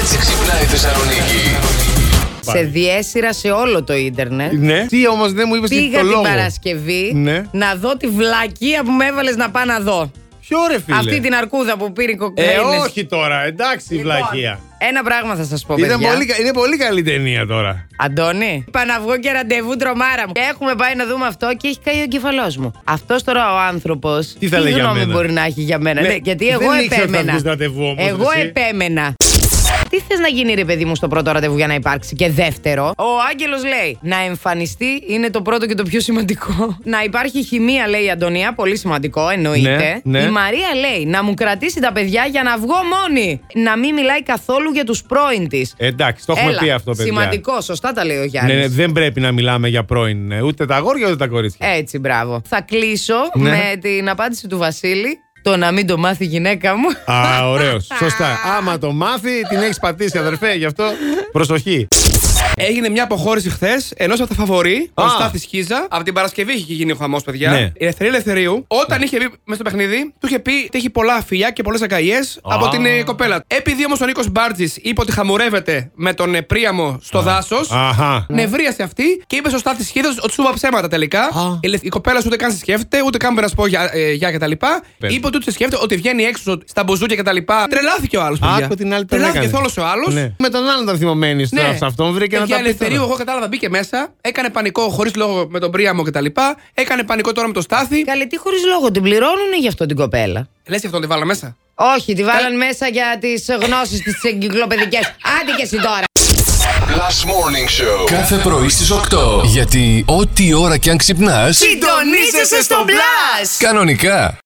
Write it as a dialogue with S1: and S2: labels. S1: έτσι ξυπνάει η Θεσσαλονίκη.
S2: Σε διέσυρα σε όλο το ίντερνετ.
S3: Ναι. Τι όμως δεν μου είπες και
S2: Πήγα
S3: το
S2: την
S3: λόγο.
S2: Παρασκευή
S3: Ναι.
S2: να δω τη βλακεία που με έβαλες να πάω να δω.
S3: Ποιο ρε φίλε.
S2: Αυτή την αρκούδα που πήρε η
S3: Ε,
S2: κοκκέινες.
S3: όχι τώρα, εντάξει η
S2: Λοιπόν,
S3: βλακεία.
S2: Ένα πράγμα θα σας πω,
S3: Ήταν
S2: παιδιά.
S3: πολύ, κα- είναι πολύ καλή ταινία τώρα.
S2: Αντώνη, είπα να βγω και ραντεβού τρομάρα μου. Και Έχουμε πάει να δούμε αυτό και έχει καεί ο εγκεφαλός μου. Αυτός τώρα ο άνθρωπος.
S3: Τι θα λέει για
S2: γνώμη
S3: μένα?
S2: μπορεί να έχει για μένα.
S3: Ναι,
S2: Ναι, γιατί
S3: δεν
S2: εγώ
S3: ήξερα ότι θα
S2: επέμενα.
S3: βγεις ραντεβού όμως,
S2: εγώ
S3: εσύ.
S2: επέμενα. Τι θες να γίνει, ρε παιδί μου, στο πρώτο ραντεβού για να υπάρξει. Και δεύτερο, ο Άγγελος λέει να εμφανιστεί είναι το πρώτο και το πιο σημαντικό. να υπάρχει χημεία, λέει η Αντωνία, πολύ σημαντικό, εννοείται.
S3: Ναι, ναι.
S2: Η Μαρία λέει να μου κρατήσει τα παιδιά για να βγω μόνη. Να μην μιλάει καθόλου για τους πρώην της.
S3: Ε, Εντάξει, το έχουμε
S2: Έλα,
S3: πει αυτό, παιδιά.
S2: Σημαντικό, σωστά τα λέει ο Γιάννης.
S3: Ναι, ναι, δεν πρέπει να μιλάμε για πρώην, ε, ούτε τα αγόρια ούτε τα κορίτσια.
S2: Έτσι, μπράβο. Θα κλείσω
S3: Ναι.
S2: με την απάντηση του Βασίλη. Το να μην το μάθει η γυναίκα μου.
S3: Α, ωραίος. Σωστά. Άμα το μάθει, την έχεις πατήσει, αδερφέ, γι' αυτό προσοχή.
S4: Έγινε μια αποχώρηση χθες ενός από τα φαβορή,
S3: Α.
S4: ο Στάθη Χίζα. Από την Παρασκευή είχε γίνει ο χαμός, παιδιά. Ναι.
S3: Ναι.
S4: Η Ελευθερία Ελευθερίου, όταν είχε μπει μέσα στο παιχνίδι, του είχε πει ότι έχει πολλά φιλιά και πολλές αγκαλιές από την ε, κοπέλα. του. Επειδή όμως ο Νίκος Μπάρτζης είπε ότι χαμουρεύεται με τον ε, Πρίαμο στο δάσος.
S3: Αχα.
S2: Ναι.
S4: Νευρίασε αυτή και είπε στο Στάθη Χίδα ότι σου είπα ψέματα τελικά. Η, ελευ- η κοπέλα σου ούτε καν σε σκέφτεται, ούτε καν μπορεί να σου πω για, ε, για κτλ.
S3: Πες.
S4: Είπε ότι ούτε σε σκέφτεται, ότι βγαίνει έξω στα μποζούκια κτλ. Τρελάθηκε ο άλλος.
S3: Άκου την άλλη τον
S4: Τρελάθηκε
S3: έκανε.
S4: θόλος ο άλλος.
S3: Ναι. Με τον άλλον ήταν θυμωμένης
S2: Ναι.
S4: Ναι.
S3: στο σε αυτόν, βρήκε να
S4: Για
S3: τα πει.
S4: ελευθερίου,
S3: τώρα.
S4: εγώ κατάλαβα, μπήκε μέσα. Έκανε πανικό χωρίς λόγο με τον Πρίαμο κτλ. Έκανε πανικό τώρα με τον Στάθη.
S2: Καλέ, τι χωρίς λόγο, την πληρώνουν γι' αυτό την κοπέλα.
S4: Λες και αυτόν τη βάλα μέσα.
S2: Όχι, τη
S3: Ε.
S2: βάλαν μέσα για τις γνώσεις τι εγκυκλοπαιδικές. Άντε και εσύ τώρα.
S1: Last Morning Show.
S5: Κάθε πρωί στις 8. Γιατί ό,τι ώρα κι αν ξυπνάς,
S2: Συντονίζεσαι στο μπλα!
S5: κανονικά.